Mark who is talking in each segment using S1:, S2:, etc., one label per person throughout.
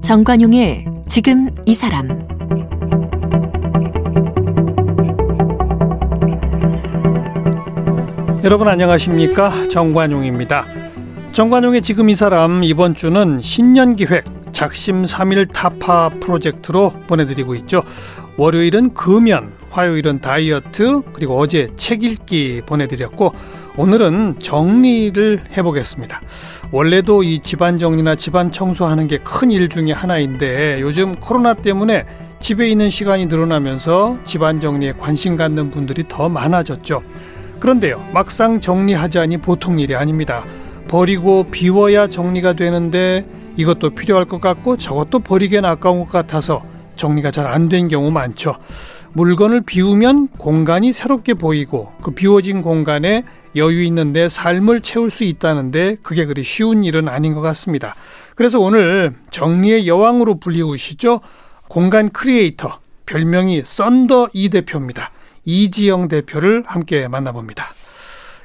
S1: 정관용의 지금 이 사람
S2: 여러분 안녕하십니까 정관용입니다. 정관용의 지금 이 사람 이번 주는 신년 기획 작심 삼일 타파 프로젝트로 보내드리고 있죠. 월요일은 금연, 화요일은 다이어트, 그리고 어제 책 읽기 보내드렸고 오늘은 정리를 해보겠습니다. 원래도 이 집안 정리나 집안 청소하는 게 큰 일 중에 하나인데 요즘 코로나 때문에 집에 있는 시간이 늘어나면서 집안 정리에 관심 갖는 분들이 더 많아졌죠. 그런데요, 막상 정리하자니 보통 일이 아닙니다. 버리고 비워야 정리가 되는데 이것도 필요할 것 같고 저것도 버리기엔 아까운 것 같아서 정리가 잘 안 된 경우 많죠. 물건을 비우면 공간이 새롭게 보이고 그 비워진 공간에 여유 있는 내 삶을 채울 수 있다는데 그게 그리 쉬운 일은 아닌 것 같습니다. 그래서 오늘 정리의 여왕으로 불리우시죠. 공간 크리에이터 별명이 썬더 이 대표입니다. 이지영 대표를 함께 만나봅니다.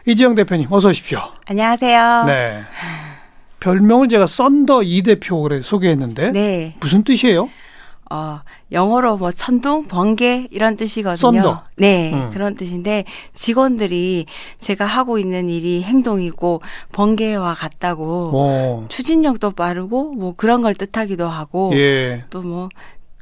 S2: 이지영 대표님 어서 오십시오.
S3: 안녕하세요.
S2: 네. 별명을 제가 썬더 이 대표로 소개했는데
S3: 네.
S2: 무슨 뜻이에요?
S3: 어, 영어로 뭐 천둥, 번개 이런 뜻이거든요.
S2: 썬더.
S3: 네.
S2: 음.
S3: 그런 뜻인데 직원들이 제가 하고 있는 일이 행동이고 번개와 같다고
S2: 어.
S3: 추진력도 빠르고 뭐 그런 걸 뜻하기도 하고
S2: 예.
S3: 또 뭐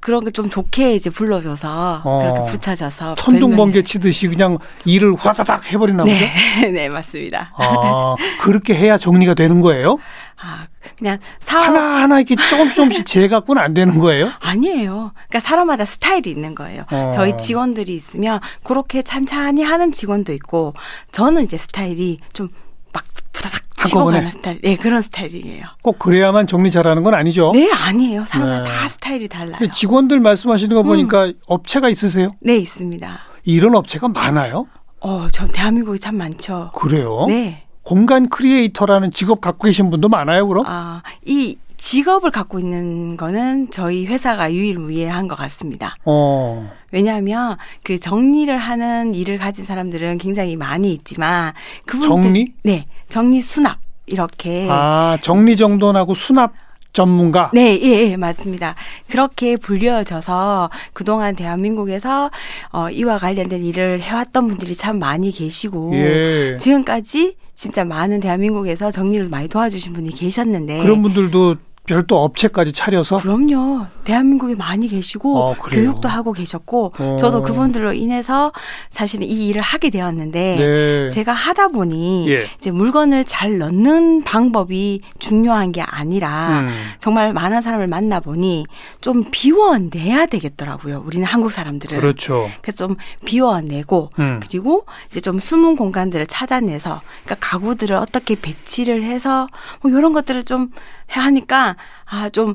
S3: 그런 게 좀 좋게 이제 불러줘서
S2: 어.
S3: 그렇게 붙여져서
S2: 천둥
S3: 별명이-
S2: 번개 치듯이 그냥 일을 화다닥 해버리나 보죠.
S3: 아, 네, 네 맞습니다.
S2: 아 그렇게 해야 정리가 되는 거예요?
S3: 아 그냥 사업
S2: 하나 하나 이렇게 조금씩 조금씩 재갖고는 안 되는 거예요?
S3: 아니에요. 그러니까 사람마다 스타일이 있는 거예요.
S2: 어.
S3: 저희 직원들이 있으면 그렇게 찬찬히 하는 직원도 있고 저는 이제 스타일이 좀 막 부다닥 치고
S2: 한꺼번에?
S3: 가는 스타일. 예, 그런 스타일이에요.
S2: 꼭 그래야만 정리 잘하는 건 아니죠.
S3: 네, 아니에요. 사람마다
S2: 어? 네.
S3: 다 스타일이 달라요.
S2: 근데 직원들 말씀하시는 거 보니까
S3: 음.
S2: 업체가 있으세요?
S3: 네, 있습니다.
S2: 이런 업체가 많아요?
S3: 어, 저 대한민국이 참 많죠.
S2: 그래요?
S3: 네.
S2: 공간 크리에이터라는 직업 갖고 계신 분도 많아요, 그럼?
S3: 아, 이 직업을 갖고 있는 거는 저희 회사가 유일무이한 것 같습니다.
S2: 어.
S3: 왜냐하면 그 정리를 하는 일을 가진 사람들은 굉장히 많이 있지만 그분들
S2: 정리?
S3: 네 정리 수납 이렇게
S2: 아, 정리정돈하고 수납 전문가.
S3: 네, 예, 예, 맞습니다. 그렇게 불려져서 그동안 대한민국에서 어, 이와 관련된 일을 해왔던 분들이 참 많이 계시고
S2: 예.
S3: 지금까지 진짜 많은 대한민국에서 정리를 많이 도와주신 분이 계셨는데
S2: 그런 분들도 별도 업체까지 차려서
S3: 그럼요. 대한민국에 많이 계시고
S2: 어, 그래요?
S3: 교육도 하고 계셨고
S2: 어.
S3: 저도 그분들로 인해서 사실은 이 일을 하게 되었는데
S2: 네.
S3: 제가 하다 보니
S2: 예.
S3: 이제 물건을 잘 넣는 방법이 중요한 게 아니라
S2: 음.
S3: 정말 많은 사람을 만나 보니 좀 비워내야 되겠더라고요. 우리는 한국 사람들은
S2: 그렇죠.
S3: 그래서 좀 비워내고
S2: 음.
S3: 그리고 이제 좀 숨은 공간들을 찾아내서 그러니까 가구들을 어떻게 배치를 해서 뭐 이런 것들을 좀 해- 하니까 아 좀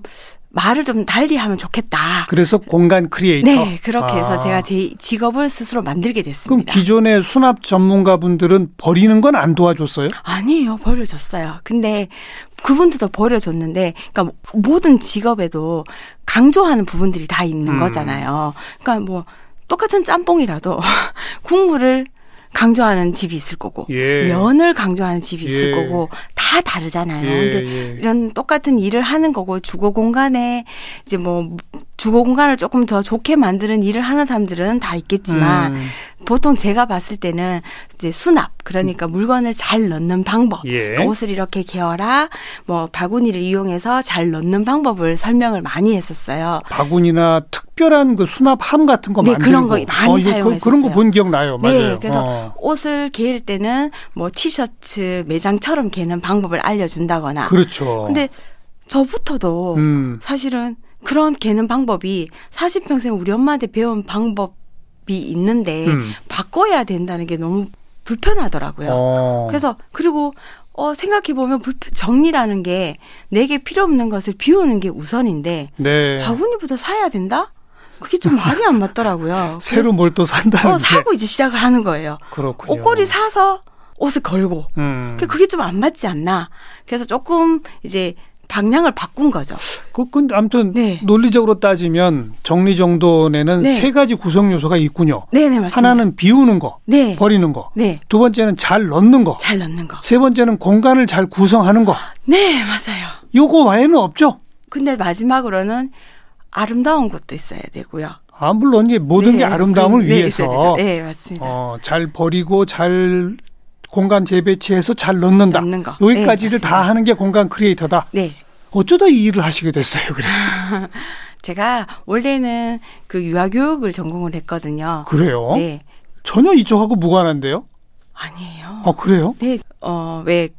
S3: 말을 좀 달리 하면 좋겠다.
S2: 그래서 공간 크리에이터.
S3: 네, 그렇게 해서
S2: 아.
S3: 제가 제 직업을 스스로 만들게
S2: 그럼
S3: 됐습니다.
S2: 기존의 수납 전문가분들은 버리는 건 안 도와줬어요?
S3: 아니에요. 버려줬어요. 근데 그분들도 버려줬는데, 그러니까 모든 직업에도 강조하는 부분들이 다 있는
S2: 음.
S3: 거잖아요. 그러니까 뭐 똑같은 짬뽕이라도 국물을 강조하는 집이 있을 거고,
S2: 예.
S3: 면을 강조하는 집이 있을
S2: 예.
S3: 거고, 다 다르잖아요. 근데
S2: 예.
S3: 이런 똑같은 일을 하는 거고 주거 공간에 이제 뭐 주거 공간을 조금 더 좋게 만드는 일을 하는 사람들은 다 있겠지만
S2: 음.
S3: 보통 제가 봤을 때는 이제 수납 그러니까 물건을 잘 넣는 방법
S2: 음. 예.
S3: 그러니까 옷을 이렇게 개어라 뭐 바구니를 이용해서 잘 넣는 방법을 설명을 많이 했었어요.
S2: 바구니나 특별한 그 수납함 같은 거
S3: 네,
S2: 만들고
S3: 그런 거 많이
S2: 이거 그,
S3: 사용했었어요.
S2: 그런 거 본 기억 나요. 맞아요.
S3: 네, 그래서
S2: 어.
S3: 옷을 개일 때는 뭐 티셔츠 매장처럼 개는 방법을 알려준다거나.
S2: 그렇죠.
S3: 아, 근데 저부터도
S2: 음.
S3: 사실은 그런 개는 방법이 40평생 우리 엄마한테 배운 방법이 있는데
S2: 음.
S3: 바꿔야 된다는 게 너무 불편하더라고요.
S2: 어.
S3: 그래서 그리고 어 생각해 보면 정리라는 게 내게 필요 없는 것을 비우는 게 우선인데
S2: 네.
S3: 바구니부터 사야 된다? 그게 좀 말이 안 맞더라고요.
S2: 새로 뭘 또 산다는
S3: 어
S2: 게
S3: 사고 이제 시작을 하는 거예요.
S2: 그렇군요.
S3: 옷걸이 그, 사서 옷을 걸고 그러니까
S2: 음.
S3: 그게 좀 안 맞지 않나. 그래서 조금 이제 방향을 바꾼 거죠.
S2: 그, 근데 아무튼
S3: 네.
S2: 논리적으로 따지면 정리정돈에는
S3: 네.
S2: 세 가지 구성 요소가 있군요.
S3: 네, 네, 맞습니다.
S2: 하나는 비우는 거,
S3: 네.
S2: 버리는 거.
S3: 네.
S2: 두 번째는 잘 넣는 거.
S3: 잘 넣는 거.
S2: 세 번째는 공간을 잘 구성하는 거.
S3: 네, 맞아요.
S2: 요거 외에는 없죠.
S3: 근데 마지막으로는 아름다운 것도 있어야 되고요.
S2: 아, 물론 이제 모든
S3: 네,
S2: 게 아름다움을
S3: 그, 네, 있어야
S2: 위해서
S3: 되죠. 네, 맞습니다.
S2: 어, 잘 버리고 잘 공간 재배치해서 잘 넣는다.
S3: 넣는 거.
S2: 여기까지를
S3: 네, 맞습니다.
S2: 다 하는 게 공간 크리에이터다.
S3: 네.
S2: 어쩌다 이 일을 하시게 됐어요, 그래.
S3: 제가 원래는 그 유아교육을 전공을 했거든요.
S2: 그래요?
S3: 네.
S2: 전혀 이쪽하고 무관한데요?
S3: 아니에요.
S2: 아, 그래요?
S3: 네. 어, 왜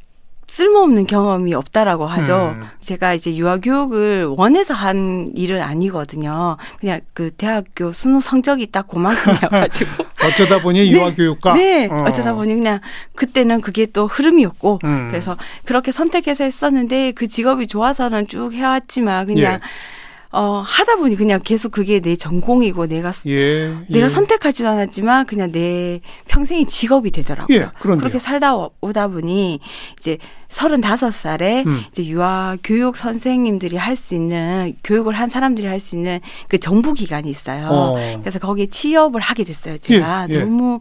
S3: 쓸모없는 경험이 없다라고 하죠.
S2: 음.
S3: 제가 이제 유아교육을 원해서 한 일은 아니거든요. 그냥 그 대학교 수능 성적이 딱 그만큼이어가지고.
S2: 어쩌다 보니 유아교육과.
S3: 네.
S2: 어.
S3: 어쩌다 보니 그냥 그때는 그게 또 흐름이었고.
S2: 음.
S3: 그래서 그렇게 선택해서 했었는데 그 직업이 좋아서는 쭉 해왔지만
S2: 예.
S3: 그냥 어, 하다 보니 그냥 계속 그게 내 전공이고 내가 쓰-
S2: 예.
S3: 내가
S2: 예.
S3: 선택하지도 않았지만 그냥 내 평생의 직업이 되더라고요.
S2: 예, 그런데요.
S3: 그렇게 살다 오- 오다 보니 이제 35살에
S2: 음.
S3: 이제 유아 교육 선생님들이 할 수 있는 교육을 한 사람들이 할 수 있는 그 정부 기관이 있어요.
S2: 어.
S3: 그래서 거기에 취업을 하게 됐어요. 제가
S2: 예, 예.
S3: 너무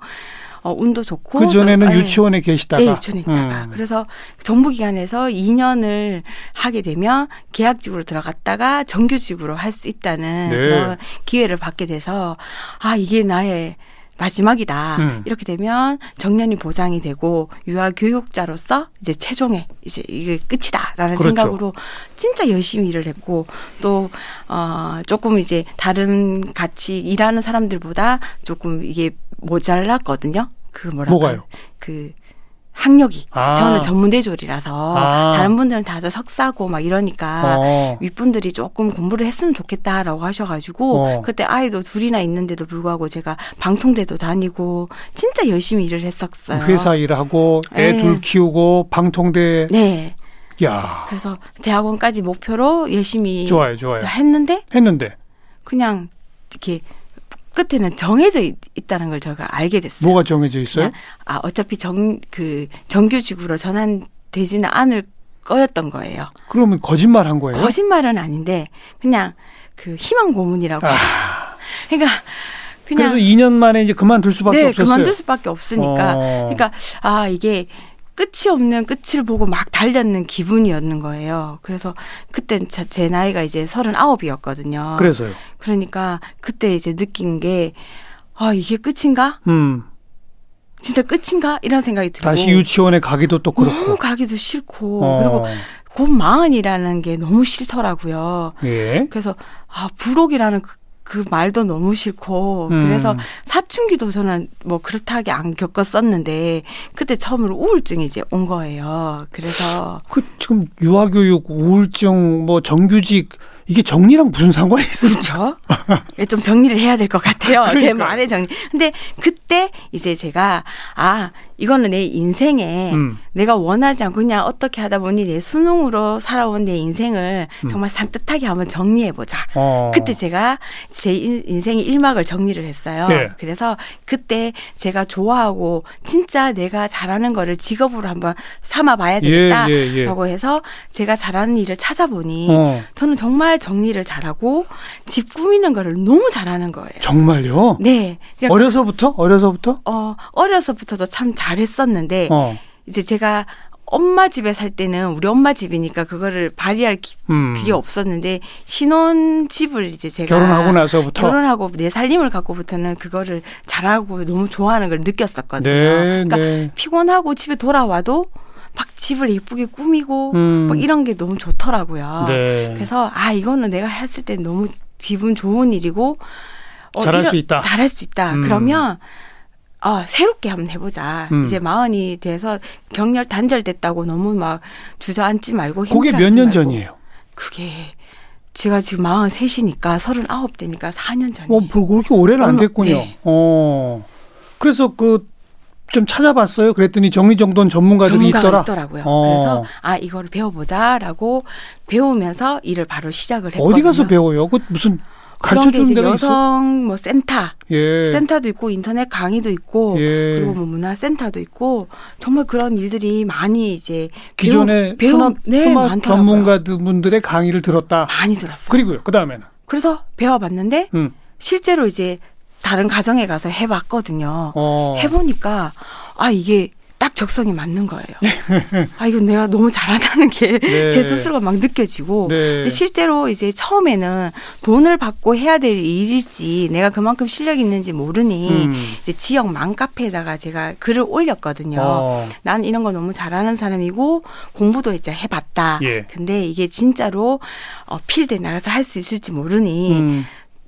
S3: 어, 운도 좋고
S2: 그 전에는
S3: 또- 예.
S2: 유치원에 계시다가.
S3: 네, 유치원에 있다가.
S2: 음.
S3: 그래서 정부기관에서 2년을 하게 되면 계약직으로 들어갔다가 정규직으로 할 수 있다는
S2: 네.
S3: 그런 기회를 받게 돼서 아, 이게 나의 마지막이다.
S2: 음.
S3: 이렇게 되면 정년이 보장이 되고 유아 교육자로서 이제 최종의 이제 이게 끝이다라는
S2: 그렇죠.
S3: 생각으로 진짜 열심히 일을 했고 또 어, 조금 이제 다른 같이 일하는 사람들보다 조금 이게 모자랐거든요. 그 뭐랄까
S2: 뭐가요?
S3: 그 학력이
S2: 아.
S3: 저는 전문대졸이라서
S2: 아.
S3: 다른 분들은 다들 석사고 막 이러니까
S2: 어.
S3: 윗분들이 조금 공부를 했으면 좋겠다라고 하셔가지고
S2: 어.
S3: 그때 아이도 둘이나 있는데도 불구하고 제가 방통대도 다니고 진짜 열심히 일을 했었어요.
S2: 그 회사 일하고 애
S3: 예.
S2: 둘 키우고 방통대
S3: 네.
S2: 야
S3: 그래서 대학원까지 목표로 열심히
S2: 좋아요
S3: 네.
S2: 좋아요
S3: 했는데
S2: 했는데
S3: 그냥 이렇게 끝에는 정해져 있, 다는걸 제가 알게 됐어요.
S2: 뭐가 정해져 있어요?
S3: 그냥 아 어차피 정 그 정규직으로 전환되지는 않을 거였던 거예요.
S2: 그러면 거짓말 한 거예요?
S3: 거짓말은 아닌데 그냥 그 희망 고문이라고. 그러니까
S2: 아. 그래서
S3: 그냥
S2: 2년 만에 이제 그만둘 수밖에
S3: 네
S2: 없었어요.
S3: 그만둘 수밖에 없으니까.
S2: 어.
S3: 그러니까 아 이게 끝이 없는 끝을 보고 막 달렸는 기분이었는 거예요. 그래서 그때 제 나이가 이제 39이었거든요.
S2: 그래서요.
S3: 그러니까 그때 이제 느낀 게 아, 이게 끝인가?
S2: 음.
S3: 진짜 끝인가? 이런 생각이 들고
S2: 다시 유치원에 가기도 또
S3: 너무
S2: 그렇고.
S3: 가기도 싫고
S2: 어.
S3: 그리고 곧 마흔이라는 게 너무 싫더라고요.
S2: 예.
S3: 그래서 아 부록이라는 그, 그 말도 너무 싫고
S2: 음.
S3: 그래서 사춘기도 저는 뭐 그렇다하게 안 겪었었는데 그때 처음으로 우울증이 이제 온 거예요. 그래서
S2: 그 지금 유아교육 우울증 뭐 정규직 이게 정리랑 무슨 상관이 있어요?
S3: 그렇죠. 예, 좀 정리를 해야 될 것 같아요. 제 말의 정리. 근데 그때 이제 제가 아 이거는 내 인생에
S2: 음.
S3: 내가 원하지 않고 그냥 어떻게 하다 보니 내 수능으로 살아온 내 인생을 정말 산뜻하게 한번 정리해 보자.
S2: 음. 어.
S3: 그때 제가 제 인- 인생의 일막을 정리를 했어요.
S2: 예.
S3: 그래서 그때 제가 좋아하고 진짜 내가 잘하는 거를 직업으로 한번 삼아봐야 되겠다라고
S2: 예, 예, 예.
S3: 해서 제가 잘하는 일을 찾아보니
S2: 어.
S3: 저는 정말 정리를 잘하고 집 꾸미는 거를 너무 잘하는 거예요.
S2: 정말요?
S3: 네. 그냥
S2: 어려서부터? 어려서부터?
S3: 어, 어려서부터도 참 잘했었는데
S2: 어.
S3: 이제 제가 엄마 집에 살 때는 우리 엄마 집이니까 그거를 발휘할 기-
S2: 음.
S3: 그게 없었는데 신혼 집을 이제 제가
S2: 결혼하고 나서부터
S3: 결혼하고 내 살림을 갖고부터는 그거를 잘하고 너무 좋아하는 걸 느꼈었거든요.
S2: 네,
S3: 그러니까
S2: 네.
S3: 피곤하고 집에 돌아와도 막 집을 예쁘게 꾸미고
S2: 음.
S3: 막뭐 이런 게 너무 좋더라고요.
S2: 네.
S3: 그래서 아 이거는 내가 했을 때 너무 기분 좋은 일이고 어,
S2: 잘할 수 있다.
S3: 잘할 수 있다.
S2: 음.
S3: 그러면 어, 새롭게 한번 해보자.
S2: 음.
S3: 이제 마흔이 돼서 경력 단절됐다고 너무 막 주저앉지 말고
S2: 그게 몇
S3: 힘들어하지
S2: 년
S3: 말고.
S2: 전이에요?
S3: 그게 제가 지금 43이니까 39 되니까 4년 전이에요.
S2: 어, 뭐 그렇게 오래는 안
S3: 얼마-
S2: 됐군요.
S3: 네.
S2: 어. 그래서 그 좀 찾아봤어요. 그랬더니 정리정돈 전문가들이
S3: 전문가가
S2: 있더라.
S3: 있더라. 고요
S2: 어.
S3: 그래서 아 이거를 배워보자라고 배우면서 일을 바로 시작을 했거든요.
S2: 어디 가서 배워요? 그 무슨
S3: 그런 게
S2: 가르쳐주는
S3: 이제
S2: 데가 있어?
S3: 여성 뭐 센터
S2: 예.
S3: 센터도 있고 인터넷 강의도 있고
S2: 예.
S3: 그리고 뭐 문화센터도 있고 정말 그런 일들이 많이 이제 배우-
S2: 기존의
S3: 배우-
S2: 수납,
S3: 네,
S2: 수납
S3: 많더라고요.
S2: 전문가분들의 강의를 들었다.
S3: 많이 들었어요.
S2: 그리고요. 그 다음에는
S3: 그래서 배워봤는데
S2: 음.
S3: 실제로 이제 다른 가정에 가서 해봤거든요.
S2: 어.
S3: 해보니까 아 이게 딱 적성이 맞는 거예요. 아 이건 내가 너무 잘한다는 게 제
S2: 네.
S3: 스스로가 막 느껴지고.
S2: 네.
S3: 근데 실제로 이제 처음에는 돈을 받고 해야 될 일일지 내가 그만큼 실력이 있는지 모르니
S2: 음.
S3: 이제 지역 맘카페에다가 제가 글을 올렸거든요.
S2: 어.
S3: 난 이런 거 너무 잘하는 사람이고 공부도 이제 해봤다.
S2: 예.
S3: 근데 이게 진짜로 어, 필드에 나가서 할 수 있을지 모르니
S2: 음.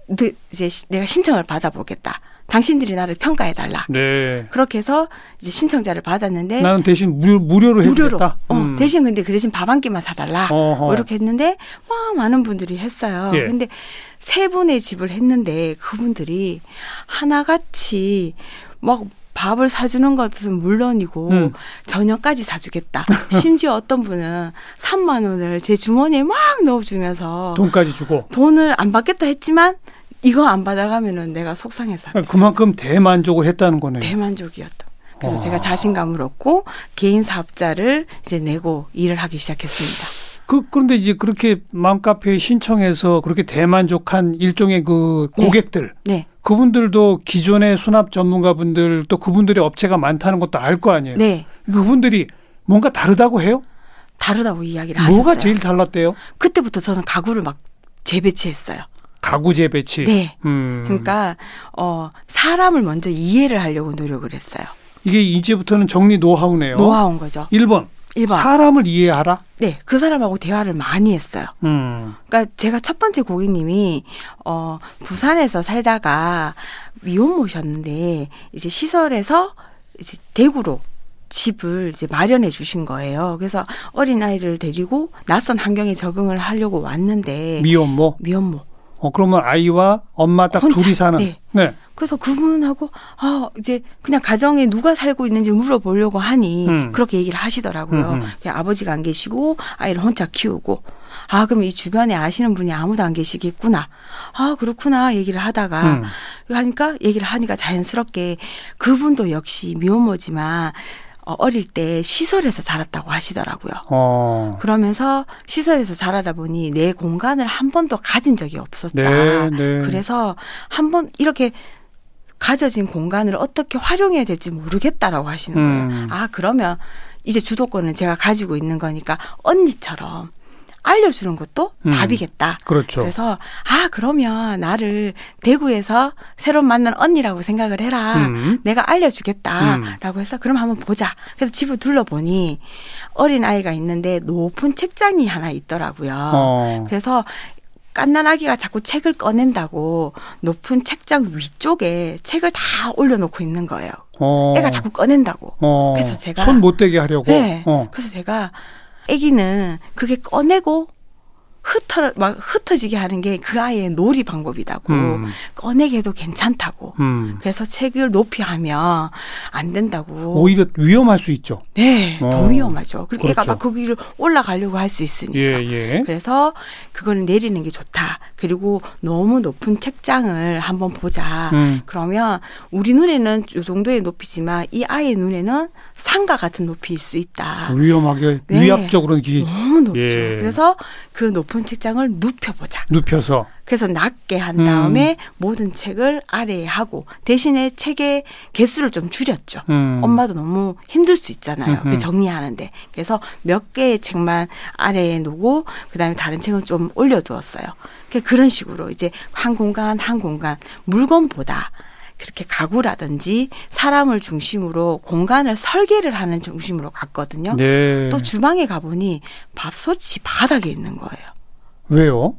S3: 너 이제 시- 내가 신청을 받아보겠다. 당신들이 나를 평가해 달라.
S2: 네.
S3: 그렇게 해서 이제 신청자를 받았는데
S2: 나는 대신 무료, 무료로
S3: 네. 무료로
S2: 해주겠다.
S3: 어,
S2: 음.
S3: 대신 근데 그 대신 밥 한 끼만 사달라.
S2: 어허.
S3: 뭐 이렇게 했는데 와 많은 분들이 했어요.
S2: 예.
S3: 근데 세 분의 집을 했는데 그분들이 하나같이 막 밥을 사주는 것은 물론이고
S2: 음.
S3: 저녁까지 사주겠다. 심지어 어떤 분은 3만 원을 제 주머니에 막 넣어주면서
S2: 돈까지 주고.
S3: 돈을 안 받겠다 했지만 이거 안 받아가면은 내가 속상해서
S2: 네.
S3: 안
S2: 그만큼 대만족을 했다는 거네요.
S3: 대만족이었다. 그래서
S2: 와.
S3: 제가 자신감을 얻고 개인 사업자를 이제 내고 일을 하기 시작했습니다.
S2: 그, 그런데 이제 그렇게 맘카페에 신청해서 그렇게 대만족한 일종의 그
S3: 네.
S2: 고객들.
S3: 네,
S2: 그분들도 기존의 수납 전문가분들 또 그분들의 업체가 많다는 것도 알 거 아니에요.
S3: 네
S2: 그분들이 뭔가 다르다고 해요?
S3: 다르다고 이야기를
S2: 뭐가
S3: 하셨어요.
S2: 제일 달랐대요?
S3: 그때부터 저는 가구를 막 재배치했어요.
S2: 가구 재배치.
S3: 네.
S2: 음.
S3: 그러니까 어 사람을 먼저 이해를 하려고 노력을 했어요.
S2: 이게 이제부터는 정리 노하우네요.
S3: 노하우인 거죠.
S2: 1번.
S3: 1번.
S2: 사람을 이해하라.
S3: 네, 그 사람하고 대화를 많이 했어요.
S2: 음.
S3: 그러니까 제가 첫 번째 고객님이 어 부산에서 살다가 미혼 모셨는데 이제 시설에서 이제 대구로 집을 이제 마련해 주신 거예요. 그래서 어린 아이를 데리고 낯선 환경에 적응을 하려고 왔는데
S2: 미혼모.
S3: 미혼모
S2: 어, 그러면 아이와 엄마 딱
S3: 혼자.
S2: 둘이 사는.
S3: 네.
S2: 네.
S3: 그래서 그분하고 아 이제 그냥 가정에 누가 살고 있는지 물어보려고 하니
S2: 음.
S3: 그렇게 얘기를 하시더라고요.
S2: 음, 음.
S3: 그냥 아버지가 안 계시고 아이를 혼자 키우고 아 그럼 이 주변에 아시는 분이 아무도 안 계시겠구나. 아 그렇구나 얘기를 하다가
S2: 음.
S3: 하니까 얘기를 하니까 자연스럽게 그분도 역시 미혼모지만 어, 어릴 때 시설에서 자랐다고 하시더라고요.
S2: 어.
S3: 그러면서 시설에서 자라다 보니 내 공간을 한 번도 가진 적이 없었다.
S2: 네, 네.
S3: 그래서 한 번 이렇게 가져진 공간을 어떻게 활용해야 될지 모르겠다라고 하시는 거예요.
S2: 음.
S3: 아, 그러면 이제 주도권은 제가 가지고 있는 거니까 언니처럼 알려주는 것도
S2: 음.
S3: 답이겠다.
S2: 그렇죠.
S3: 그래서 아 그러면 나를 대구에서 새로 만난 언니라고 생각을 해라.
S2: 음.
S3: 내가 알려주겠다라고 해서 그럼 한번 보자. 그래서 집을 둘러보니 어린 아이가 있는데 높은 책장이 하나 있더라고요.
S2: 어.
S3: 그래서 깐난 아기가 자꾸 책을 꺼낸다고 높은 책장 위쪽에 책을 다 올려놓고 있는 거예요.
S2: 어.
S3: 애가 자꾸 꺼낸다고.
S2: 어.
S3: 그래서 제가-
S2: 손 못 대게 하려고.
S3: 네.
S2: 어.
S3: 그래서 제가 아기는 그게 꺼내고 흩어 막 흩어지게 하는 게 그 아이의 놀이 방법이다고
S2: 음.
S3: 꺼내게 해도 괜찮다고
S2: 음.
S3: 그래서 책을 높이 하면 안 된다고
S2: 오히려 위험할 수 있죠.
S3: 네, 더
S2: 어.
S3: 위험하죠. 그리고 애가
S2: 그렇죠.
S3: 막 거기를 올라가려고 할 수 있으니까.
S2: 예.
S3: 그러니까. 그래서 그거는 내리는 게 좋다. 그리고 너무 높은 책장을 한번 보자.
S2: 음.
S3: 그러면 우리 눈에는 이 정도의 높이지만 이 아이의 눈에는 상가 같은 높이일 수 있다.
S2: 위험하게
S3: 네.
S2: 위압적으로는 기
S3: 너무 높죠.
S2: 예.
S3: 그래서 그 높은 책장을 눕혀보자.
S2: 눕혀서
S3: 그래서 낮게 한 다음에 모든 책을 아래에 하고 대신에 책의 개수를 좀 줄였죠.
S2: 음.
S3: 엄마도 너무 힘들 수 있잖아요.
S2: 음흠.
S3: 그 정리하는데. 그래서 몇 개의 책만 아래에 놓고 그다음에 다른 책은 좀 올려두었어요. 그 그런 식으로 이제 한 공간 한 공간 물건보다 그렇게 가구라든지 사람을 중심으로 공간을 설계를 하는 중심으로 갔거든요.
S2: 네.
S3: 또 주방에 가보니 밥솥이 바닥에 있는 거예요.
S2: 왜요?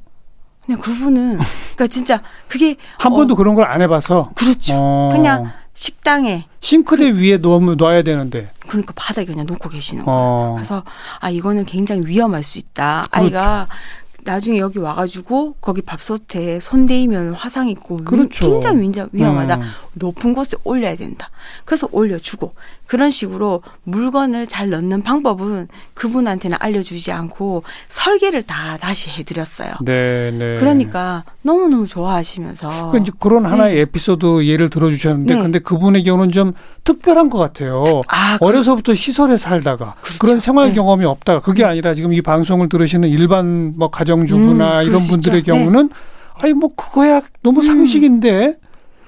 S3: 그냥 그분은 그러니까 진짜 그게
S2: 한
S3: 어,
S2: 번도 그런 걸 안 해봐서
S3: 그렇죠.
S2: 어.
S3: 그냥 식당에
S2: 싱크대 위에 놓으면 놔야 되는데.
S3: 그러니까 바닥에 그냥 놓고 계시는 거예요.
S2: 어.
S3: 그래서 아 이거는 굉장히 위험할 수 있다. 아이가
S2: 그렇죠.
S3: 나중에 여기 와가지고 거기 밥솥에 손대이면 화상 있고 위-
S2: 그렇죠.
S3: 굉장히 윈자- 위험하다.
S2: 음.
S3: 높은 곳에 올려야 된다. 그래서 올려주고 그런 식으로 물건을 잘 넣는 방법은 그분한테는 알려주지 않고 설계를 다 다시 해드렸어요.
S2: 네, 네.
S3: 그러니까 너무너무 좋아하시면서
S2: 그 이제 그런 하나의 에피소드 예를 들어주셨는데,
S3: 네.
S2: 근데 그분의 경우는 좀 특별한 것 같아요.
S3: 아, 그-
S2: 어려서부터 시설에 살다가
S3: 그렇죠.
S2: 그런 생활
S3: 네.
S2: 경험이 없다가 그게 아니라 지금 이 방송을 들으시는 일반 뭐 가정주부나
S3: 음, 그럴
S2: 이런
S3: 수
S2: 분들의
S3: 있죠. 음.
S2: 경우는 아니 뭐 그거야 너무 상식인데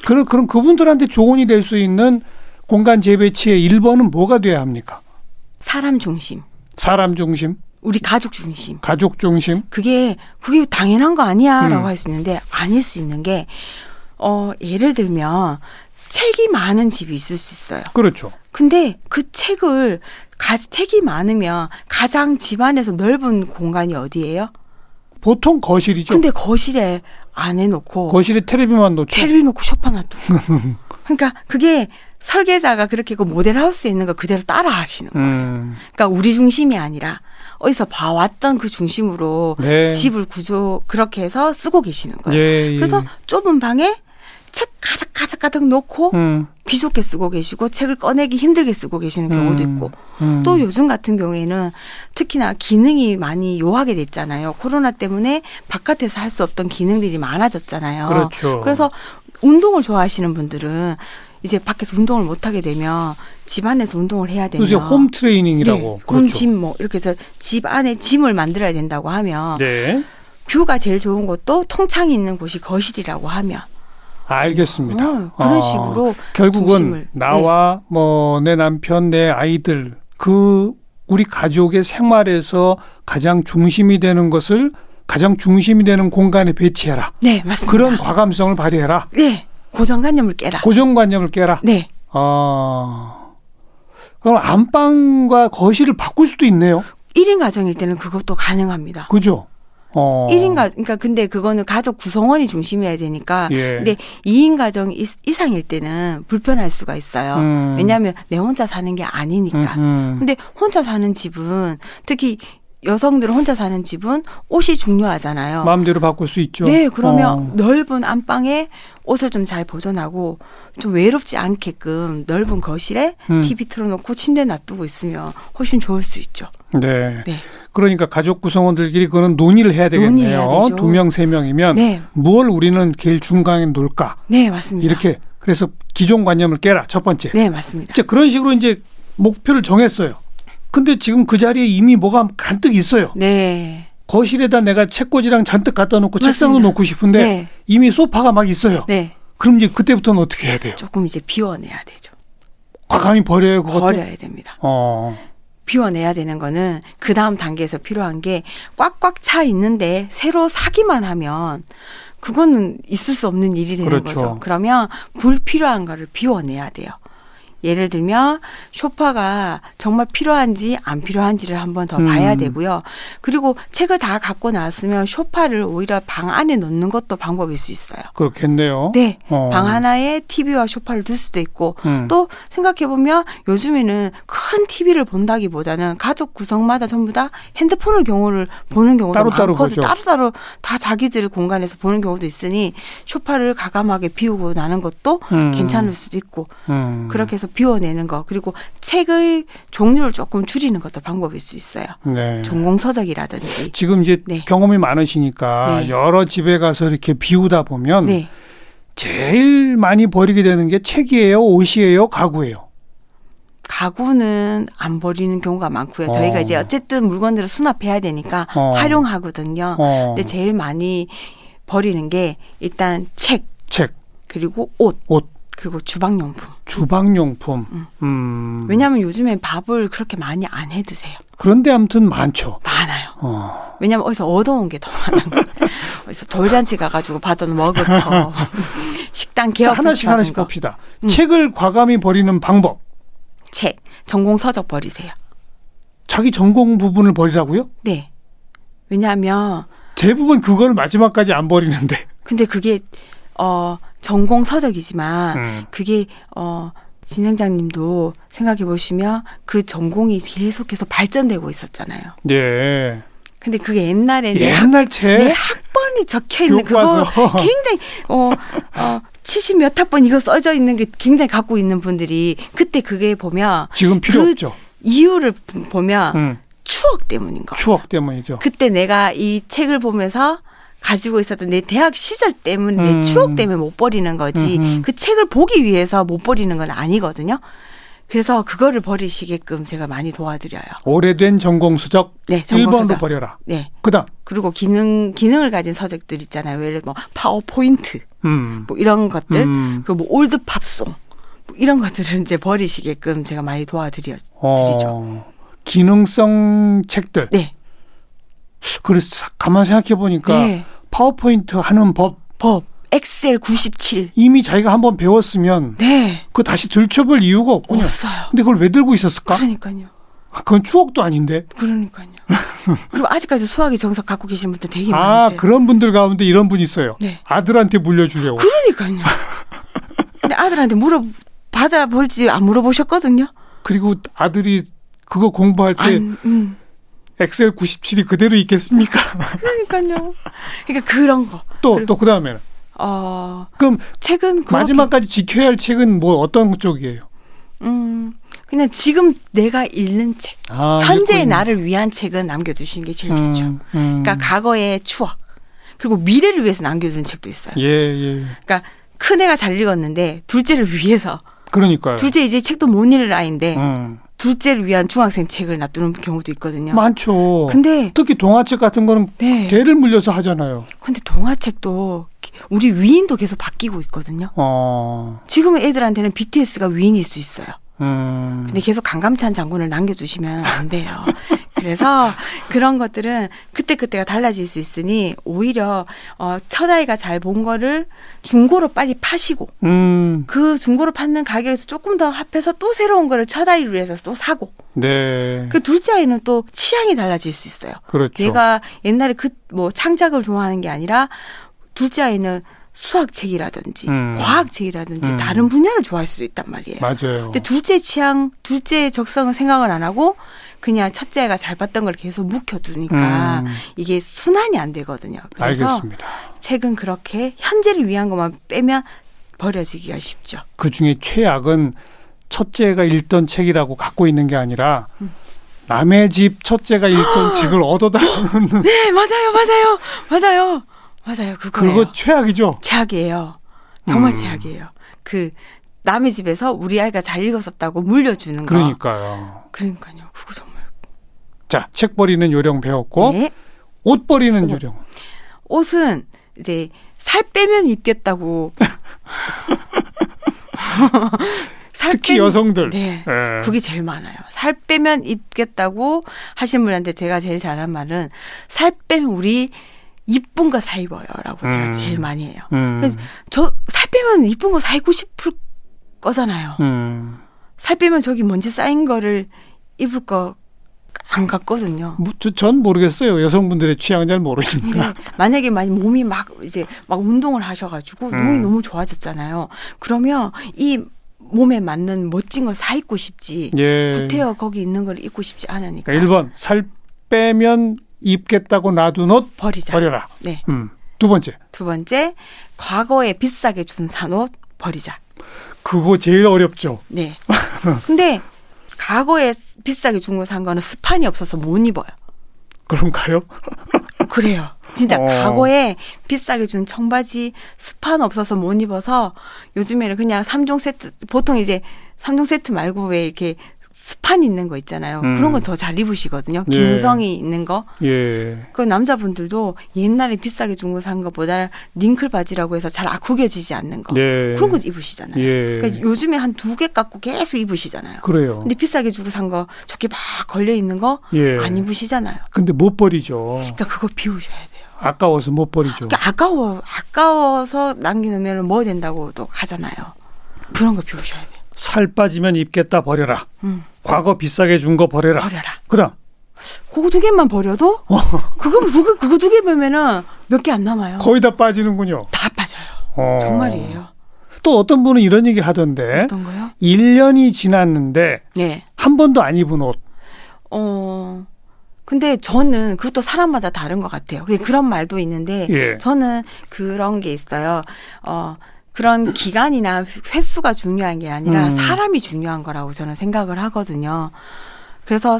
S2: 그런 그런 그분들한테 조언이 될 수 있는 공간 재배치의 1번은 뭐가 돼야 합니까?
S3: 사람 중심,
S2: 사람 중심,
S3: 우리 가족 중심.
S2: 가족 중심.
S3: 그게 그게 당연한 거 아니야라고
S2: 음.
S3: 할 수 있는데 아닐 수 있는 게어 예를 들면 책이 많은 집이 있을 수 있어요.
S2: 그렇죠.
S3: 근데 그 책을 가, 책이 많으면 가장 집안에서 넓은 공간이 어디예요?
S2: 보통 거실이죠.
S3: 근데 거실에 안 해놓고
S2: 거실에 텔레비만 놓죠.
S3: 테를 놓고 쇼파 놔두고. 그러니까 그게 설계자가 그렇게 그 모델 하우스에 있는 거 그대로 따라 하시는 거예요.
S2: 음.
S3: 그러니까 우리 중심이 아니라 어디서 봐왔던 그 중심으로
S2: 네.
S3: 집을 구조 그렇게 해서 쓰고 계시는
S2: 예,
S3: 거예요.
S2: 예.
S3: 그래서 좁은 방에 책 가득 가득 가득 놓고
S2: 음.
S3: 비좁게 쓰고 계시고 책을 꺼내기 힘들게 쓰고 계시는 경우도
S2: 음.
S3: 있고
S2: 음.
S3: 또 요즘 같은 경우에는 특히나 기능이 많이 요하게 됐잖아요. 코로나 때문에 바깥에서 할 수 없던 기능들이 많아졌잖아요.
S2: 그렇죠.
S3: 래서 운동을 좋아하시는 분들은 이제 밖에서 운동을 못 하게 되면 집 안에서 운동을 해야 되면
S2: 요새 홈 트레이닝이라고 그렇죠.
S3: 네, 홈짐 뭐 이렇게 해서 집 안에 짐을 만들어야 된다고 하면
S2: 네.
S3: 뷰가 제일 좋은 곳도 통창이 있는 곳이 거실이라고 하면
S2: 알겠습니다.
S3: 어, 그런
S2: 아,
S3: 식으로
S2: 결국은
S3: 중심을, 네.
S2: 나와 뭐 내 남편, 내 아이들 그 우리 가족의 생활에서 가장 중심이 되는 것을 가장 중심이 되는 공간에 배치해라.
S3: 네 맞습니다.
S2: 그런 과감성을 발휘해라.
S3: 네 고정관념을 깨라.
S2: 고정관념을 깨라.
S3: 네
S2: 아. 그럼 안방과 거실을 바꿀 수도 있네요.
S3: 1인 가정일 때는 그것도 가능합니다.
S2: 그죠? 어.
S3: 일 1인 가 그러니까 근데 그거는 가족 구성원이 중심이어야 되니까
S2: 예.
S3: 근데 2인 가정 이- 이상일 때는 불편할 수가 있어요.
S2: 음.
S3: 왜냐하면 내 혼자 사는 게 아니니까. 그러니까.
S2: 음, 음.
S3: 근데 혼자 사는 집은 특히 여성들 혼자 사는 집은 옷이 중요하잖아요.
S2: 마음대로 바꿀 수 있죠.
S3: 네, 그러면
S2: 어.
S3: 넓은 안방에 옷을 좀 잘 보존하고 좀 외롭지 않게끔 넓은 거실에
S2: 음.
S3: TV 틀어놓고 침대 놔두고 있으면 훨씬 좋을 수 있죠.
S2: 네.
S3: 네.
S2: 그러니까 가족 구성원들끼리 그거는 논의를 해야
S3: 논의해야
S2: 되겠네요.
S3: 되죠.
S2: 두 명, 세 명이면
S3: 네,
S2: 무얼 우리는 제일 중간에 놀까?
S3: 네 맞습니다.
S2: 이렇게 그래서 기존 관념을 깨라. 첫 번째.
S3: 네 맞습니다.
S2: 이제 그런 식으로 이제 목표를 정했어요. 근데 지금 그 자리에 이미 뭐가 간뜩 있어요.
S3: 네,
S2: 거실에다 내가 책꽂이랑 잔뜩 갖다 놓고
S3: 맞습니다.
S2: 책상도 놓고 싶은데
S3: 네.
S2: 이미 소파가 막 있어요.
S3: 네
S2: 그럼 이제 그때부터는 어떻게 해야 돼요?
S3: 조금 이제 비워내야 되죠.
S2: 과감히 버려요, 그것도.
S3: 버려야 됩니다.
S2: 어.
S3: 비워내야 되는 거는 그 다음 단계에서 필요한 게 꽉꽉 차 있는데 새로 사기만 하면 그거는 있을 수 없는 일이 되는
S2: 그렇죠.
S3: 거죠. 그러면 불필요한 거를 비워내야 돼요. 예를 들면 쇼파가 정말 필요한지 안 필요한지를 한번 더 봐야
S2: 음.
S3: 되고요. 그리고 책을 다 갖고 나왔으면 쇼파를 오히려 방 안에 넣는 것도 방법일 수 있어요.
S2: 그렇겠네요.
S3: 네.
S2: 어.
S3: 방 하나에 TV와 쇼파를 둘 수도 있고
S2: 음.
S3: 또 생각해보면 요즘에는 큰 TV를 본다기보다는 가족 구성마다 전부 다 핸드폰을 경우를 보는 경우도
S2: 따로따로
S3: 많거든요.
S2: 보죠.
S3: 따로따로 다 자기들 공간에서 보는 경우도 있으니 쇼파를 가감하게 비우고 나는 것도
S2: 음.
S3: 괜찮을 수도 있고
S2: 음.
S3: 그렇게 해서 비워내는 거 그리고 책의 종류를 조금 줄이는 것도 방법일 수 있어요.
S2: 네.
S3: 전공서적이라든지.
S2: 지금 이제
S3: 네.
S2: 경험이 많으시니까
S3: 네.
S2: 여러 집에 가서 이렇게 비우다 보면
S3: 네.
S2: 제일 많이 버리게 되는 게 책이에요, 옷이에요, 가구예요.
S3: 가구는 안 버리는 경우가 많고요.
S2: 어.
S3: 저희가 이제 어쨌든 물건들을 수납해야 되니까
S2: 어.
S3: 활용하거든요.
S2: 어,
S3: 근데 네, 제일 많이 버리는 게 일단 책
S2: 책,
S3: 그리고 옷
S2: 옷,
S3: 그리고 주방용품.
S2: 음. 주방용품. 음.
S3: 왜냐하면 요즘엔 밥을 그렇게 많이 안 해 드세요.
S2: 그런데 아무튼 많죠.
S3: 많아요.
S2: 어.
S3: 왜냐하면 어디서 얻어온 게 더 많아요. 어디서 돌잔치 가가지고 받은 머그컵, 식당 개업
S2: 하나씩 하나씩
S3: 거, 음.
S2: 봅시다. 책을 과감히 버리는 방법.
S3: 책, 전공 서적 버리세요.
S2: 자기 전공 부분을 버리라고요?
S3: 네. 왜냐하면
S2: 대부분 그걸 마지막까지 안 버리는데.
S3: 근데 그게 어 전공 서적이지만
S2: 음.
S3: 그게 어 진행자님도 생각해 보시면 그 전공이 계속해서 발전되고 있었잖아요.
S2: 예.
S3: 근데 그게 옛날에 내 학-
S2: 옛날 책
S3: 내 학번이 적혀 네, 있는 그거
S2: 교과서.
S3: 굉장히 어, 어 70몇 학번 이거 써져 있는 게 굉장히 갖고 있는 분들이 그때 그게 보면
S2: 지금 필요
S3: 그-
S2: 없죠.
S3: 이유를 보면
S2: 음,
S3: 추억 때문인 거.
S2: 추억 때문이죠.
S3: 그때 내가 이 책을 보면서 가지고 있었던 내 대학 시절 때문에
S2: 음.
S3: 내 추억 때문에 못 버리는 거지
S2: 음흠.
S3: 그 책을 보기 위해서 못 버리는 건 아니거든요. 그래서 그거를 버리시게끔 제가 많이 도와드려요.
S2: 오래된 전공 수적
S3: 네,
S2: 일
S3: 전공
S2: 1번으로
S3: 서적.
S2: 버려라.
S3: 네.
S2: 그다음
S3: 그리고 기능 기능을 가진 서적들 있잖아요. 예를 뭐 파워포인트
S2: 음.
S3: 뭐 이런 것들
S2: 음.
S3: 그리고 뭐 올드 팝송 뭐 이런 것들을 이제 버리시게끔 제가 많이 도와드려.
S2: 어, 기능성 책들.
S3: 네.
S2: 그래서 가만 생각해 보니까
S3: 네.
S2: 파워포인트 하는 법
S3: 법 엑셀 97.
S2: 이미 자기가 한번 배웠으면
S3: 네.
S2: 그 다시 들춰볼 이유가 없군요.
S3: 없어요.
S2: 근데 그걸 왜 들고 있었을까?
S3: 그러니까요.
S2: 아, 그건 추억도 아닌데.
S3: 그러니까요. 그리고 아직까지 수학의 정석 갖고 계신 분들 되게
S2: 아,
S3: 많으세요.
S2: 그런 분들 가운데 이런 분 있어요.
S3: 네.
S2: 아들한테 물려주려고.
S3: 그러니까요. 근데 아들한테 물어 받아 볼지 안 물어보셨거든요.
S2: 그... 리고 아들이 그거 공부할 때
S3: 안, 음.
S2: 엑셀 97이 그대로 있겠습니까?
S3: 그러니까요. 그러니까 그런 거.
S2: 또,
S3: 그리고-
S2: 또 그 다음에는.
S3: 어,
S2: 그럼
S3: 책은 그렇게-
S2: 마지막까지 지켜야 할 책은 뭐 어떤 쪽이에요?
S3: 음. 그냥 지금 내가 읽는 책,
S2: 아,
S3: 현재의
S2: 읽고 있는-
S3: 나를 위한 책은 남겨주시는 게 제일 좋죠.
S2: 음, 음.
S3: 그러니까 과거의 추억, 그리고 미래를 위해서 남겨주는 책도 있어요.
S2: 예, 예.
S3: 그러니까 큰 애가 잘 읽었는데 둘째를 위해서,
S2: 그러니까요.
S3: 둘째 이제 책도 못 읽을 아이인데
S2: 음.
S3: 둘째를 위한 중학생 책을 놔두는 경우도 있거든요.
S2: 많죠.
S3: 음. 근데
S2: 특히 동화책 같은 거는
S3: 네.
S2: 대를 물려서 하잖아요.
S3: 근데 동화책도 우리 위인도 계속 바뀌고 있거든요.
S2: 어,
S3: 지금 애들한테는 BTS가 위인일 수 있어요.
S2: 음.
S3: 근데 계속 강감찬 장군을 남겨주시면 안 돼요. 그래서 그런 것들은 그때 그때가 달라질 수 있으니 오히려 어, 첫 아이가 잘 본 거를 중고로 빨리 파시고
S2: 음,
S3: 그 중고로 파는 가격에서 조금 더 합해서 또 새로운 거를 첫 아이를 위해서 또 사고
S2: 네.
S3: 그 둘째 아이는 또 취향이 달라질 수 있어요.
S2: 그, 렇죠
S3: 얘가 옛날에 그 뭐 창작을 좋아하는 게 아니라 둘째 아이는 수학책이라든지
S2: 음.
S3: 과학책이라든지
S2: 음.
S3: 다른 분야를 좋아할 수 있단 말이에요.
S2: 맞아요.
S3: 근데 둘째 취향, 둘째 적성은 생각을 안 하고 그냥 첫째 아이가 잘 봤던 걸 계속 묵혀두니까
S2: 음.
S3: 이게 순환이 안 되거든요. 그래서
S2: 알겠습니다.
S3: 책은 그렇게 현재를 위한 것만 빼면 버려지기가 쉽죠.
S2: 그 중에 최악은 첫째가 읽던 책이라고 갖고 있는 게 아니라
S3: 음.
S2: 남의 집 첫째가 읽던 책을 얻어다오는
S3: 네, 맞아요, 맞아요, 맞아요, 맞아요. 그거예요.
S2: 그거 최악이죠.
S3: 제약이에요. 정말
S2: 음.
S3: 제약이에요. 그 남의 집에서 우리 아이가 잘 읽었었다고 물려주는 거.
S2: 그러니까요.
S3: 그러니까요. 그거 정말.
S2: 자, 책 버리는 요령 배웠고
S3: 네.
S2: 옷 버리는
S3: 어.
S2: 요령.
S3: 옷은 이제 살 빼면 입겠다고. 살
S2: 특히
S3: 뺀-
S2: 여성들. 예.
S3: 네. 그게 제일 많아요. 살 빼면 입겠다고 하신 분한테 제가 제일 잘한 말은 살 빼면 우리 이쁜 거 사 입어요라고 제가
S2: 음.
S3: 제일 많이 해요.
S2: 음,
S3: 그래서 저 살 빼면 이쁜 거 사 입고 싶을 거잖아요.
S2: 음.
S3: 살 빼면 저기 먼지 쌓인 거를 입을 거 안 같거든요.
S2: 뭐, 저- 전 모르겠어요. 여성분들의 취향은 잘
S3: 근데
S2: 모르겠습니다.
S3: 만약에 많이 몸이 막 이제 막 운동을 하셔가지고
S2: 음.
S3: 몸이 너무 좋아졌잖아요. 그러면 이 몸에 맞는 멋진 걸 사 입고 싶지.
S2: 예.
S3: 네. 구태여 거기 있는 걸 입고 싶지 않으니까.
S2: 그러니까 1번 살 빼면 입겠다고 놔둔 옷
S3: 버리자.
S2: 버려라.
S3: 네.
S2: 음. 두 번째.
S3: 두 번째, 과거에 비싸게 준 산옷 버리자.
S2: 그거 제일 어렵죠.
S3: 네. 근데 과거에 비싸게 준 거 산 거는 스판이 없어서 못 입어요.
S2: 그럼 가요?
S3: 그래요. 진짜
S2: 어.
S3: 과거에 비싸게 준 청바지 스판 없어서 못 입어서 요즘에는 그냥 삼종 세트 보통 이제 삼종 세트 말고 왜 이렇게 스판 있는 거 있잖아요.
S2: 음.
S3: 그런 거 더 잘 입으시거든요.
S2: 예.
S3: 긴성이 있는 거.
S2: 예.
S3: 그 남자분들도 옛날에 비싸게 준 거 산 거보다 링클 바지라고 해서 잘 구겨지지 않는 거.
S2: 예.
S3: 그런 거 입으시잖아요.
S2: 예.
S3: 그러니까 요즘에 한 두 개 갖고 계속 입으시잖아요.
S2: 그래요.
S3: 근데 비싸게 주고 산 거 좋게 막 걸려 있는 거 안
S2: 예.
S3: 입으시잖아요.
S2: 근데 못 버리죠.
S3: 그러니까 그거 비우셔야 돼요.
S2: 아까워서 못 버리죠.
S3: 그러니까 아까워 아까워서 남기놓으면 뭐 된다고 또 가잖아요. 그런 거 비우셔야 돼요.
S2: 살 빠지면 입겠다 버려라.
S3: 음.
S2: 과거 비싸게 준 거 버려라.
S3: 버려라.
S2: 그다음
S3: 그거 두 개만 버려도
S2: 어.
S3: 그거 그거 그거 두 개 보면은 몇 개 안 남아요.
S2: 거의 다 빠지는군요.
S3: 다 빠져요.
S2: 어.
S3: 어. 정말이에요.
S2: 또 어떤 분은 이런 얘기 하던데
S3: 어떤 거요?
S2: 1년이 지났는데
S3: 네.
S2: 한 번도 안 입은 옷.
S3: 어 근데 저는 그것도 사람마다 다른 것 같아요. 그게 그런 말도 있는데
S2: 예.
S3: 저는 그런 게 있어요. 어 그런 기간이나 횟수가 중요한 게 아니라
S2: 음.
S3: 사람이 중요한 거라고 저는 생각을 하거든요. 그래서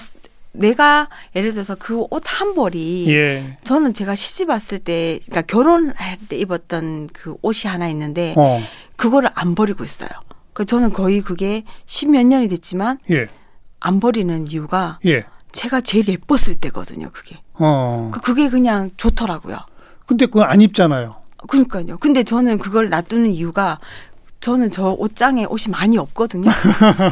S3: 내가 예를 들어서 그 옷 한 벌이
S2: 예.
S3: 저는 제가 시집 왔을 때, 그러니까 결혼할 때 입었던 그 옷이 하나 있는데
S2: 어.
S3: 그거를 안 버리고 있어요. 그 저는 거의 그게 십몇 년이 됐지만
S2: 예.
S3: 안 버리는 이유가
S2: 예.
S3: 제가 제일 예뻤을 때거든요. 그게
S2: 어.
S3: 그- 그게 그냥 좋더라고요.
S2: 근데 그거 안 입잖아요.
S3: 그러니까요. 근데 저는 그걸 놔두는 이유가 저는 저 옷장에 옷이 많이 없거든요.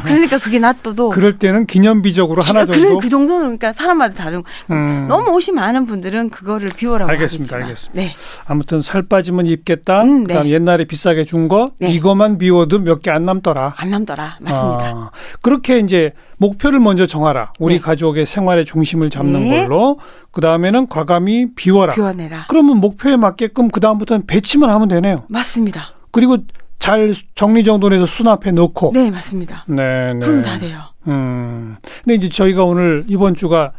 S3: 그러니까 그게 놔둬도
S2: 그럴 때는 기념비적으로 하나
S3: 그-
S2: 정도.
S3: 그, 정도는 그러니까 사람마다 다른 거.
S2: 음.
S3: 너무 옷이 많은 분들은 그거를 비워라고
S2: 알겠습니다,
S3: 하겠지만.
S2: 알겠습니다.
S3: 네.
S2: 아무튼 살 빠지면 입겠다.
S3: 음, 네.
S2: 그다음 옛날에 비싸게 준 거
S3: 네.
S2: 이것만 비워도 몇 개 안 남더라.
S3: 안 남더라. 맞습니다.
S2: 아, 그렇게 이제 목표를 먼저 정하라. 우리
S3: 네.
S2: 가족의 생활의 중심을 잡는
S3: 네.
S2: 걸로. 그 다음에는 과감히 비워라.
S3: 비워내라.
S2: 그러면 목표에 맞게끔 그 다음부터는 배치만 하면 되네요.
S3: 맞습니다.
S2: 그리고 잘 정리정돈해서 수납해 놓고.
S3: 네, 맞습니다.
S2: 어. 네, 네.
S3: 그럼 다 돼요.
S2: 음. 근데 이제 저희가 오늘 이번 주가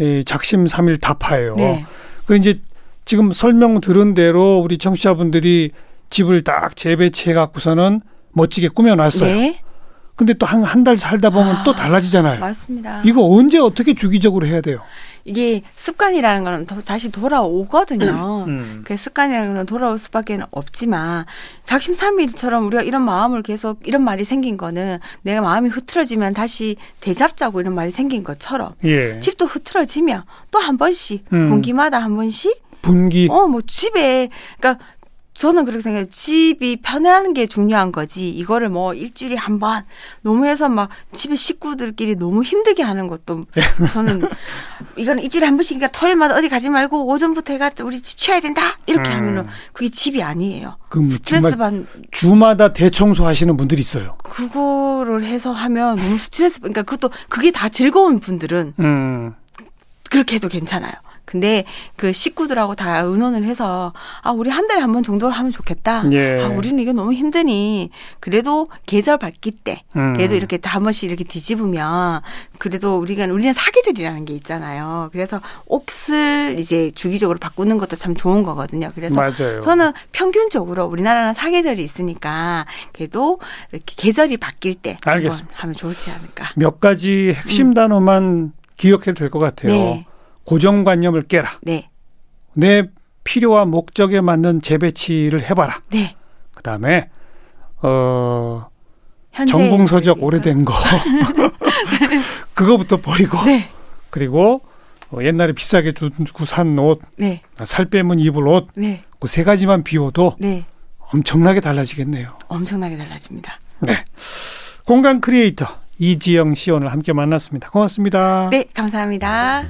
S2: 이 작심 삼일 다파예요.
S3: 네.
S2: 그 이제 지금 설명 들은 대로 우리 청취자분들이 집을 딱 재배치해 갖고서는 멋지게 꾸며놨어요.
S3: 네.
S2: 근데 또 한 한 달 살다 보면
S3: 아,
S2: 또 달라지잖아요.
S3: 맞습니다.
S2: 네. 이거 언제 어떻게 주기적으로 해야 돼요?
S3: 이게 습관이라는 거는 더- 다시 돌아오거든요.
S2: 음.
S3: 그 습관이라는 건 돌아올 수밖에 없지만 작심삼일처럼 우리가 이런 마음을 계속 이런 말이 생긴 거는 내가 마음이 흐트러지면 다시 되잡자고 이런 말이 생긴 것처럼
S2: 예.
S3: 집도 흐트러지면 또 한 번씩
S2: 음.
S3: 분기마다 한 번씩
S2: 분기.
S3: 어 뭐 집에 그러니까 저는 그렇게 생각해요. 집이 편한 게 중요한 거지. 이거를 뭐 일주일에 한 번 너무 해서 막 집에 식구들끼리 너무 힘들게 하는 것도 저는 이거는 일주일에 한 번씩 그러니까 토요일마다 어디 가지 말고 오전부터 해가 우리 집 치워야 된다. 이렇게
S2: 음.
S3: 하면은 그게 집이 아니에요.
S2: 그럼 뭐
S3: 스트레스
S2: 정말
S3: 받
S2: 주마다 대청소 하시는 분들이 있어요.
S3: 그거를 해서 하면 너무 스트레스 받- 그러니까 그것도 그게 다 즐거운 분들은
S2: 음.
S3: 그렇게 해도 괜찮아요. 근데 그 식구들하고 다 의논을 해서 아 우리 한 달에 한 번 정도로 하면 좋겠다.
S2: 예.
S3: 아 우리는 이게 너무 힘드니 그래도 계절 바뀔 때
S2: 음.
S3: 그래도 이렇게 다 한 번씩 이렇게 뒤집으면 그래도 우리가 우리는 사계절이라는 게 있잖아요. 그래서 옷을 이제 주기적으로 바꾸는 것도 참 좋은 거거든요. 그래서
S2: 맞아요.
S3: 저는 평균적으로 우리나라는 사계절이 있으니까 그래도 이렇게 계절이 바뀔 때 한번
S2: 알겠습니다.
S3: 하면 좋지 않을까.
S2: 몇 가지 핵심 단어만 기억해도 될 것 같아요.
S3: 음. 네.
S2: 고정관념을 깨라.
S3: 네,
S2: 내 필요와 목적에 맞는 재배치를 해봐라.
S3: 네.
S2: 그 다음에 어
S3: 현재
S2: 정봉서적
S3: 그래서-
S2: 오래된 거 그거부터 버리고
S3: 네,
S2: 그리고 어, 옛날에 비싸게 주고 산
S3: 네,
S2: 옷 살 빼면 입을 옷
S3: 네,
S2: 그 세 가지만 비워도
S3: 네.
S2: 엄청나게 달라지겠네요.
S3: 엄청나게 달라집니다.
S2: 네. 공간 크리에이터 이지영 씨 오늘 함께 만났습니다. 고맙습니다.
S3: 네, 감사합니다.